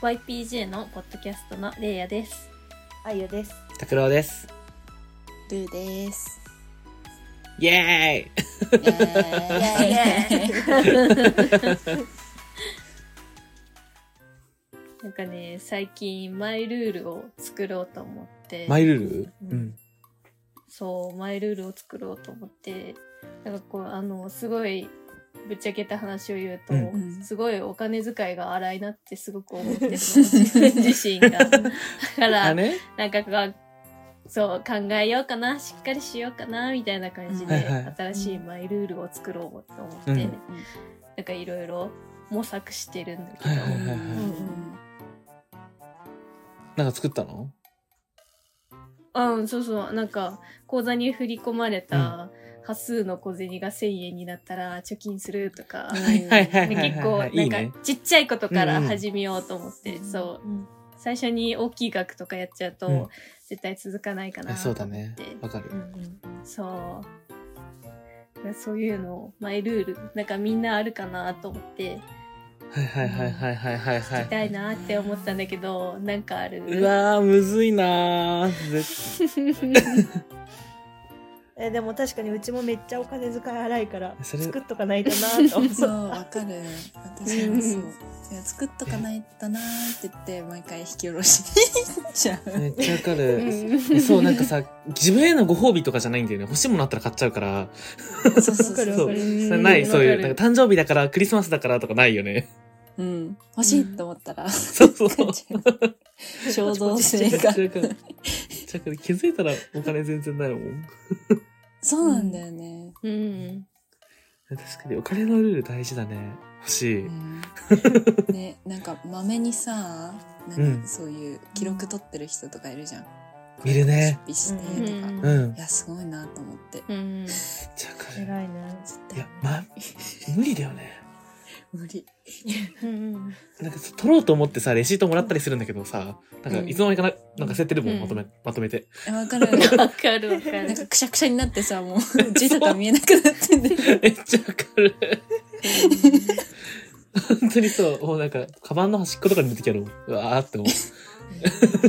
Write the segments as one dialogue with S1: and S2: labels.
S1: YPJ のポッドキャストのレイヤです。
S2: あゆです。
S3: 拓郎です。
S4: ルーです。
S3: イエーイ
S4: イエーイ
S1: なんかね、最近マイルールを作ろうと思って、
S3: マイルール
S1: うん。そう、マイルールを作ろうと思って、なんかこう、あの、すごいぶっちゃけた話を言うと、
S4: うん
S1: すごいお金遣いが荒いなってすごく思 ってるの、自分自身が。だか
S3: あ
S1: ら、
S3: れ
S1: なんかこう、そう、考えようかな、しっかりしようかな、みたいな感じで、
S3: うんはいはい
S1: 新しいマイルールを作ろうと思って、
S3: うん
S1: なんかいろいろ模索してるんだけ
S3: はい
S1: ど、
S3: はいはいはい。なんか作ったの
S1: うん、そうそう、なんか、口座に振り込まれた端数の小銭が1000円になったら貯金するとか、
S4: はい
S1: で結構、
S3: いい
S1: なん
S3: ね
S1: か、。ちっちゃいことか
S3: う
S1: ら
S3: んうん
S1: 始めようと思って、そう、
S4: うん
S1: 最初に大きい額とかやっちゃうと、
S3: うん
S1: 絶対続かないかな
S3: あ
S1: と思
S3: そう
S1: って。
S3: だね。わかる
S4: う。ん
S1: そう。そういうのを、マイルール、なんかみんなあるかなと思って、
S3: はいはいはいはいはいはいは
S1: 聞きた
S3: い。
S1: いなって思ったんだけど、なんかある。
S3: うわー、むずいな ー。絶
S2: えでも確かにうちもめっちゃお金遣い荒いから
S3: それ
S2: 作っとかないとな と思。
S4: そううわかる私もそう
S1: うん
S4: いや作っとかないとなーって言って毎回引き下ろしに行っちゃ
S3: め
S4: う
S3: っちゃわか
S1: う
S3: る。
S1: ん
S3: そう、なんかさ、自分へのご褒美とかじゃないんだよね。欲しいものあったら買っちゃうから。
S4: そうそう
S2: わかる
S4: そ
S3: そ
S4: う
S2: わか
S3: う。
S2: る
S3: それない、そういう。
S1: わか
S3: な
S1: る
S3: んか誕生日だから、クリスマスだからとかないよね。
S4: うん欲しいと思ったら
S3: そうそうそ
S4: 買
S3: う
S4: っ。ちゃう衝動性
S3: めっちゃ
S4: が
S3: わかる。めっちゃわかる気づいたらお金全然ないもん。
S4: そうなんだよね
S1: うん。
S3: 確かにお金のルール大事だね。欲しい。
S4: うんねなんかまめにさなん
S3: うん
S4: かそういう記録取ってる人とかいるじゃん
S3: 見るね。
S4: 出してとか
S1: うん
S3: うん
S4: い。やすごいなと思って
S1: うん。
S3: めっちゃわかる。
S2: 偉いね。
S4: 絶
S3: い
S4: 対
S3: や、ま、無理だよね。
S4: 無理
S1: うん。
S3: なんかさ取ろうと思ってさ、レシートもらったりするんだけどさ、なんか
S4: うん
S3: いつの間にかな、なんか捨ててるも、
S1: うんん
S3: まとめ、まとめて。
S4: えわかる
S1: わかるわか
S4: なん
S1: る。
S4: かくしゃくしゃになって さ、もう字とか見えなくなってんだよ
S3: めっちゃわかる。本当にそう、もうなんか、カバンの端っことかに出てきたの。うわーって思う。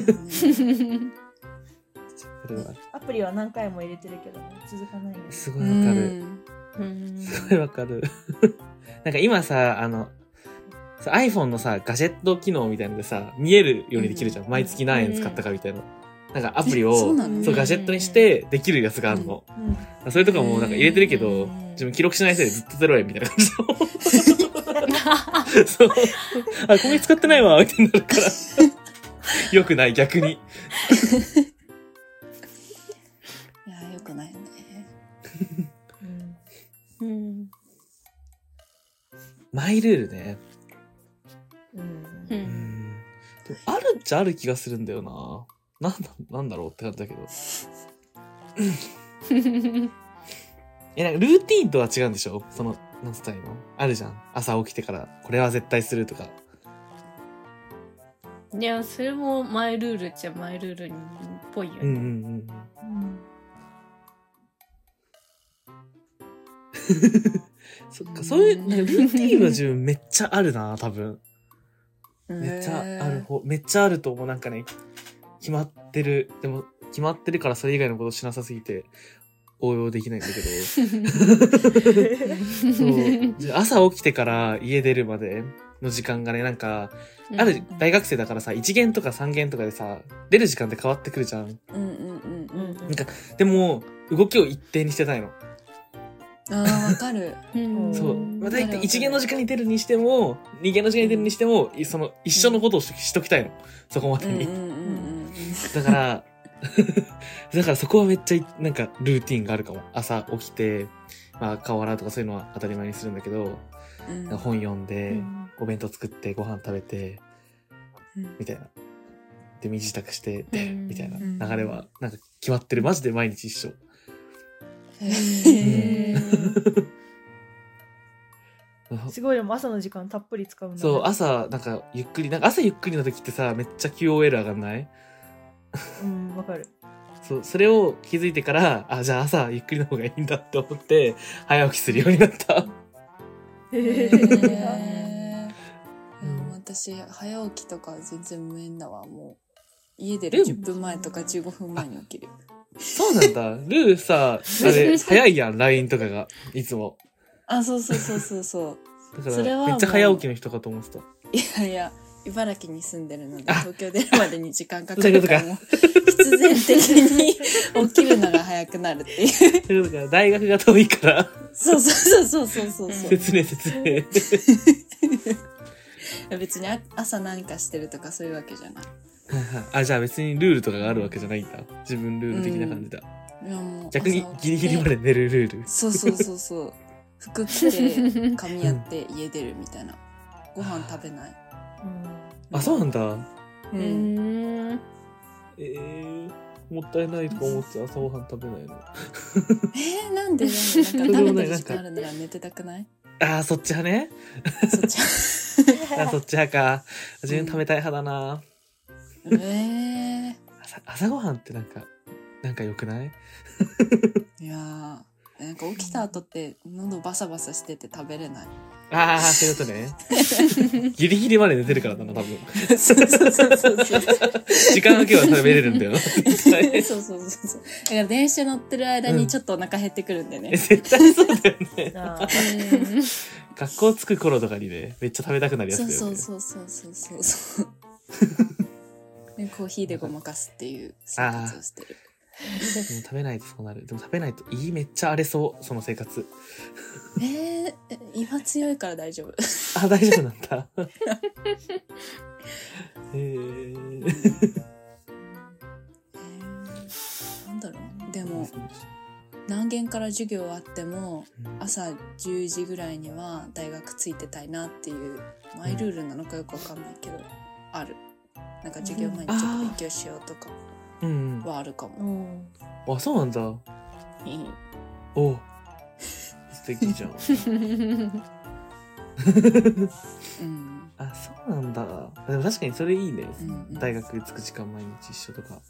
S3: それは、
S2: アプリは何回も入れてるけどね続かないよね。
S3: す
S4: う
S3: ごいわかる。
S4: ん。
S1: うん。
S3: すごいわかる。 なんか今さ、あの、さ iPhone のさ、ガジェット機能みたいのでさ、見えるようにできるじゃん。毎月何円使ったかみたいな。なんかアプリを、
S4: そうなの
S3: そう、ガジェットにして、できるやつがあるの。
S2: うん。
S3: それとかもなんか入れてるけ
S1: う
S3: ど
S1: ん、
S3: 自分記録しないせいでずっとゼロ円みたいな感じの。そう。あ、これ使ってないわ、みたいになるから。よくない、逆に。
S4: いや、よくないよね。
S2: うん
S1: うん。
S3: マイルールね。
S2: うん
S1: う。
S3: うんん。でもあるっちゃある気がするんだよな。なんだ、なんだろうって感じだけど。え、なんかルーティーンとは違うんでしょその、なんつったらいいのあるじゃん。朝起きてから、これは絶対するとか。
S1: いや、それもマイルールっちゃマイルールっぽいよ
S3: うんうん
S1: ね。
S3: うん。
S2: うん
S3: そっか、そういう、なんかルーティーンは自分めっちゃあるな、多分。めっちゃある方、めっちゃあると思う。なんかね、決まってる。でも、決まってるからそれ以外のことしなさすぎて、応用できないんだ けど。そう。じゃあ朝起きてから家出るまでの時間がね、なんか、ある大学生だからさ、1限とか3限とかでさ、出る時間って変わってくるじゃん。
S4: うんうんうん
S2: う
S4: うんん。
S3: でも、動きを一定にしてたいの。
S4: ああ、わか る。
S1: うん。
S3: そう。
S1: ん
S3: まあ、
S4: だ
S3: 大体1限の時間に出るにしても、2限の時間に出るにしても、いその、一緒のことをししときたいの。そこま
S4: う
S3: で
S4: んうん
S3: に
S4: う。ん
S3: だから、 だからそこはめっちゃ、なんか、ルーティンがあるかも。朝起きて、まあ、顔洗うとかそういうのは当たり前にするんだけど、
S4: うん。うん
S3: 本読んで、
S1: うん
S3: お弁当作って、ご飯食べて、
S4: うん
S3: みたいな。で、身支度して、で、
S1: うん
S3: みたいな
S4: うん
S3: 流れは、なんか決まってる。マジで毎日一緒。
S4: へー
S2: すごいでも朝の時間たっぷり使うんだね。
S3: そう、朝、なんか、ゆっくり、なんか朝ゆっくりの時ってさ、めっちゃ QOL 上がんない
S2: うんわかる。
S3: そう、それを気づいてから、あ、じゃあ朝ゆっくりの方がいいんだって思って、早起きするようになった。
S4: へーいや私、早起きとか全然無縁だわ。もう、家出
S3: え
S4: る10分前とか15分前に起きる。
S3: そうなんだ。ルー さ、あれ、早いやん、LINE とかが、いつも。
S4: あ、そうそうそうそうそう。
S3: だか
S4: それ
S3: ら、
S4: はもう
S3: めっちゃ早起きの人かと思ってた。
S4: いやいや、茨城に住んでるので、
S3: あ
S4: 東京出るまでに時間かか
S3: そういうこ
S4: るか、
S3: とから
S4: もう必然的に起きるのが早くな るっていう。
S3: ということか、大学が遠いから、
S4: そうそうそうそうそうそうう。
S3: 説明説明。
S4: 別にあ朝何かしてるとかそういうわけじゃない。
S3: はいはいあ、じゃあ別にルールとかがあるわけじゃないんだ。自分ルール的な感じだ。
S4: いやもう
S3: 逆に
S4: 朝起きて
S3: ギリギリまで寝るルール。
S4: そうそうそうそう。服着て、髪やって家出るみたいな。ご飯食べない。
S3: あ、そうなんだ。
S1: う
S4: うん。
S1: ん。う
S3: えー、もったいないとか思って朝ごはん食べないの。あ
S4: えー、なんでなんか食べてる時間あるなら寝てたくない
S3: ー、そっち派ね。
S4: そっ ち。
S3: あ、そっち派か。自分食べたい派だな。
S4: えー。
S3: 朝、朝ごはんってなんか、なんか良くない
S4: いやーなんか起きた後って喉バサバサしてて食べれない。
S3: あー、そういうことね。ギリギリまで寝てるからだな、多分。
S4: そうそうそうそうそう。
S3: 時間空けば食べれるん だよ。絶対
S4: そうそうそうそう。だから電車乗ってる間にちょっとお腹減ってくるんだよ
S3: え
S4: ね。
S3: 絶対そうだよね。
S1: ん
S3: 学校着く頃とかにね、めっちゃ食べたくなるやつだ
S4: そ
S3: よ
S4: う
S3: ね。
S4: そうそうそうそうそうそう。でコーヒーでごまかすっていう生活をしてる。
S3: でも食べないとそうなる。でも食べないと胃めっちゃ荒れそう、その生活。
S4: えー、え今強いから大丈夫。
S3: あ、大丈夫なんだ。えー、
S4: えーなんだろうでも何限から授業あっても朝10時ぐらいには大学ついてたいなっていうマイルールなのかよくわかんないけど、あるなんか授業前にちょっと勉強しようとか
S3: うん、
S4: はあるかも、
S1: うん
S3: うん。あ、そうなんだ。
S4: うん
S3: お素敵じゃ ん。
S4: うん
S3: あ、そうなんだ。でも確かにそれいいね。
S4: うん
S3: 大学着く時間毎日一緒とか。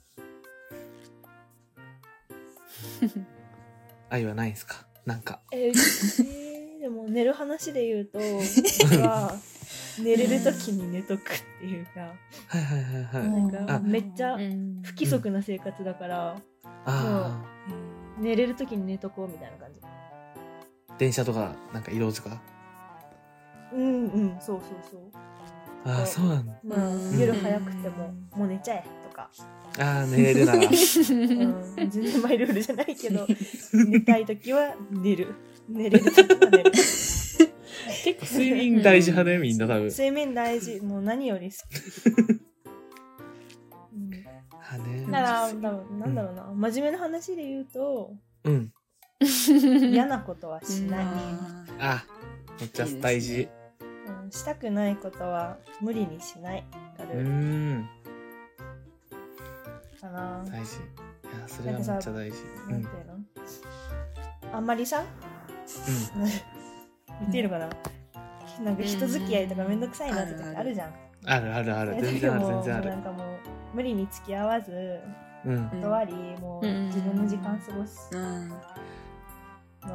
S3: 愛はないんすかなんか。
S2: えーでも寝る話で言うと、僕は寝れる時に寝とくっていうか、
S3: はいはいはいはい。
S4: うん
S2: なん
S3: あ
S2: かめっちゃ
S1: うん
S2: 不規則な生活だから、
S3: あ
S2: 寝れる時に寝とこうみたいな感じ。
S3: あ、電車とか、なんか移動とか。
S2: うんうん、そうそうそう。
S3: ああ、そうなんだ。
S2: まあ
S4: うん
S2: 夜早くても、もう寝ちゃえとか、
S3: ああ、寝れるなら。
S2: うん、全然マイルールじゃないけ ど、寝たい時は寝る。寝れる時は 寝る。
S3: 結構睡眠大事派ね、みんな多分。
S2: 睡眠大事、もう何より好き。うん
S3: あね。
S2: だから、多分なんだろうな、真面目な話で言うと、
S3: うん。
S2: 嫌なことはしな
S4: あ
S2: い、
S4: ー
S3: あ、めっちゃ大
S4: いい
S3: 事。
S2: うんしたくないことは無理にしない。わか
S3: うー
S2: る
S3: ん、
S2: かな。
S3: 大事。いや、それはめっちゃ大事。う
S2: なん
S3: ん
S2: て。いうの、あんまりさ、なんか 言っていいのかな、なんか人付き合いとかめんどくさいなって時あるじゃん。
S3: うん。あるあるある。
S2: そうい
S3: 全然あ
S2: う時
S3: る、
S2: も
S3: 全然あ
S2: な
S3: る。
S2: んかもう無理に付き合わず
S3: うん。
S4: うん
S2: 断り、もう
S1: うん
S2: 自分の時間過ごす
S4: うん
S2: のを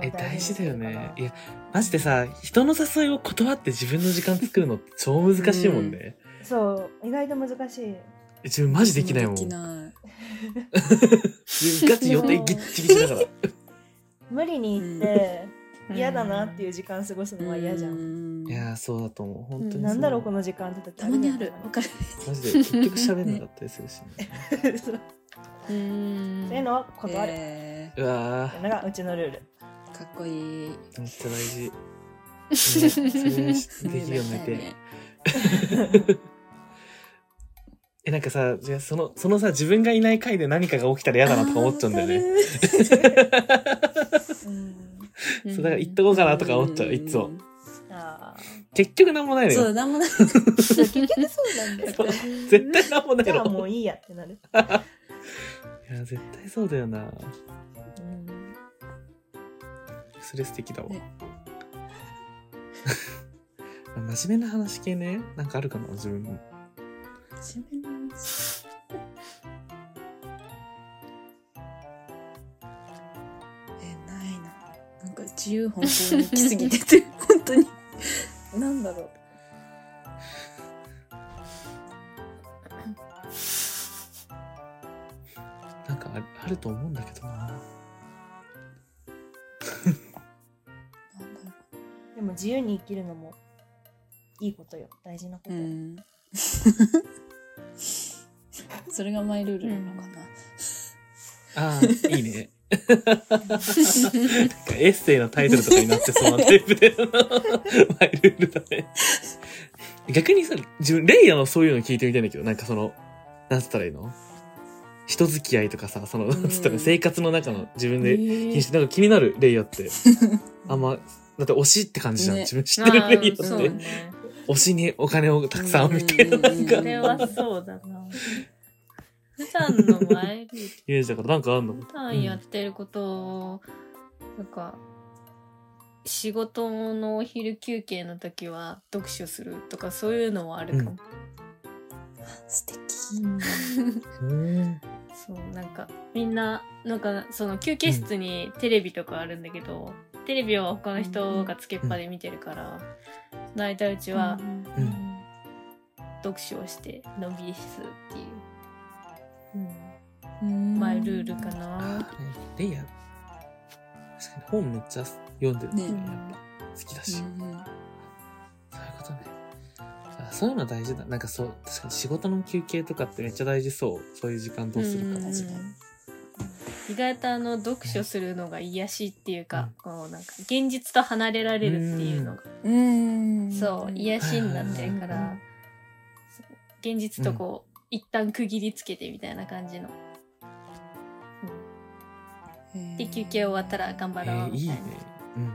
S3: え、大事だよ
S2: に
S3: ね。
S2: して
S3: い
S2: る
S3: や、マジでさ、人の誘いを断って自分の時間作るのって超難しいもんね。
S2: かなそう意外と難しい。
S3: 自分マジできないもん。
S4: でき
S3: 自
S4: な
S3: 分ガチ予定ギッチギチだから。
S2: 無理に行って嫌だなっていう時間過ごす
S4: い
S2: のは嫌じゃん。
S4: ん
S3: いやー、そうだと思う。本当にそう。
S2: なんだろうこの時間って時
S4: たまにある
S2: よ
S4: わかる
S3: マジで、結局喋んなかったりするしね。
S2: ねそう
S1: うん
S2: そういうのは断る。
S4: え
S3: うわ
S2: ってのがうちのルール。
S4: ーかっこいい
S3: ー、めっちゃ大事。ねそれにしできるようになりたい
S4: ね
S3: え、なんかさ、じゃあその、そのさ、自分がいない回で何かが起きたら嫌だなとか思っちゃうんだよね。
S4: うん
S3: そう、だから行っとこうかなとか思っちゃう、いつも。
S2: ああ。
S3: 結局なんもないの
S4: そ
S3: よ。
S4: う、なんもない。
S2: 結局そうなんだ よ。
S3: そう絶対なんもない
S2: じゃあ
S3: の。
S2: もういいやってなる。
S3: いや、絶対そうだよな。
S2: うん
S3: それ素敵だわ
S4: ね。
S3: 真面目な話系ね、なんかあるかな、自分も。
S4: 真面目な話え、ないな。なんか自由奔放に行き過ぎてて、本当に。なんだろう。
S3: かああると思うんだけどな。
S4: なんだろ
S2: でも自由に生きるのもいいことよ大事なこと
S4: う。う、ん。それがマイルールなのかな。
S3: ああ、いいね。なんかエッセイのタイトルとかになってそうなタイプで、マイルールだね。逆にさ、自分、レイヤーのそういうの聞いてみたいんだけど、なんかその、なんつったらいいの人付き合いとかさ、その、なんつったらいいの生活の中の自分で気にして、なんか気になるレイヤーって。あんま、だって推しって感じじゃん。
S4: ね
S3: 自分知
S1: あ
S3: ってるレイヤ
S1: ー
S3: ー
S1: そ
S3: っ
S1: う
S3: て。
S1: ね。
S3: 推しにお金をたくさんみたいな、
S4: うんうん
S3: な
S4: うんん
S1: そ
S3: か、
S1: れはそうだな。普段のマイルール
S3: イメージだからなんかあんの
S1: 普段やってることを、なんか仕事のお昼休憩の時は読書するとかそういうのはあるかも、
S4: 素敵。
S3: うん。
S1: そうなんかみんななんかその休憩室にテレビとかあるんだけど、テレビは他の人がつけっぱで見てるから、その間うちは
S4: う
S3: う
S4: ん
S3: ん
S1: 読書をしてのんびりするっていう、
S4: うん
S1: マイルールかな、
S3: あーレイヤー。確かに本めっちゃ読んでるね。
S4: ね
S3: やっぱ好きだし。
S4: うん
S3: そういうことね。あそういうの大事だ。なんかそう、確かに仕事の休憩とかってめっちゃ大事そう。そういう時間どうするか
S1: うん
S3: もしれない。
S1: 意外とあの読書するのが癒しっていうか、こうなんか現実と離れられるっていうのが
S4: うん。うん
S1: そう癒しになってるか
S3: うん
S1: らそう現実とこう、一旦区切りつけてみたいな感じので休憩終わったら頑張
S3: え
S1: ろう
S3: ー、い
S1: み
S3: い
S1: た
S3: ね
S1: いな、。
S2: うん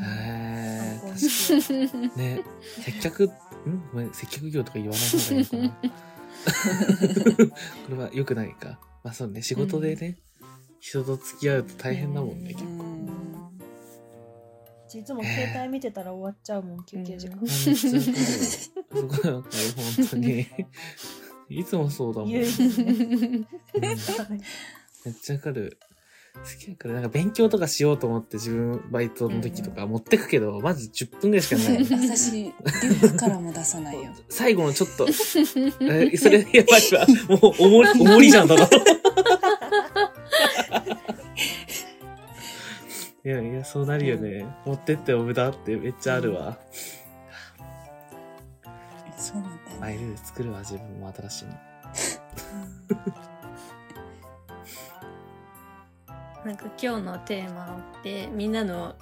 S3: へ
S2: 参考
S3: ー
S2: にしよう
S3: 確かにね。接客、んごめん、接客業とか言わない方がいいのかな。 これは良くないか。まあそうね、仕事でね、人と付き合うと大変だもんね。
S1: う
S4: うん
S2: うちいつも携帯見見てたら終わっちゃうもん休憩時間
S1: う。ん
S3: めっちゃわかるよすごいわかる、本当に。いつもそうだもん。
S2: 言うよねはい
S3: めっちゃわかる。好きだから、なんか勉強とかしようと思って自分バイトの時とか持ってくけど、まず10分ぐらいしかない。
S4: 私リュックからも出さないよ
S3: 最後のちょっと、えそれやばいわ。もう、おもり、おもりじゃん、ただの。いやいや、そうなるよね。持ってってお無駄ってめっちゃあるわ。
S4: そうなんだよ、
S3: マイルール作るわ、自分も新しいの。
S1: なんか今日のテーマってみんなの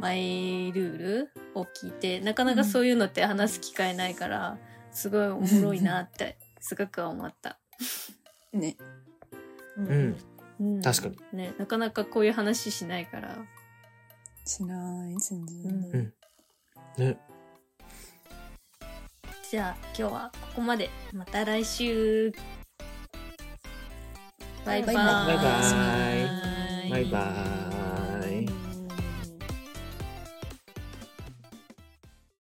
S1: マイルールを聞いてなかなかそういうのって話す機会ないから、すごいおもろいなってすごく思った、
S4: ね
S2: うん
S3: うん。
S1: うん
S3: 確かに
S1: ね、なかなかこういう話しないから
S4: しない全然、
S1: うん
S3: うんね。
S1: じゃあ今日はここまでまた来週バイバーイ
S3: バイバーイバイバーイ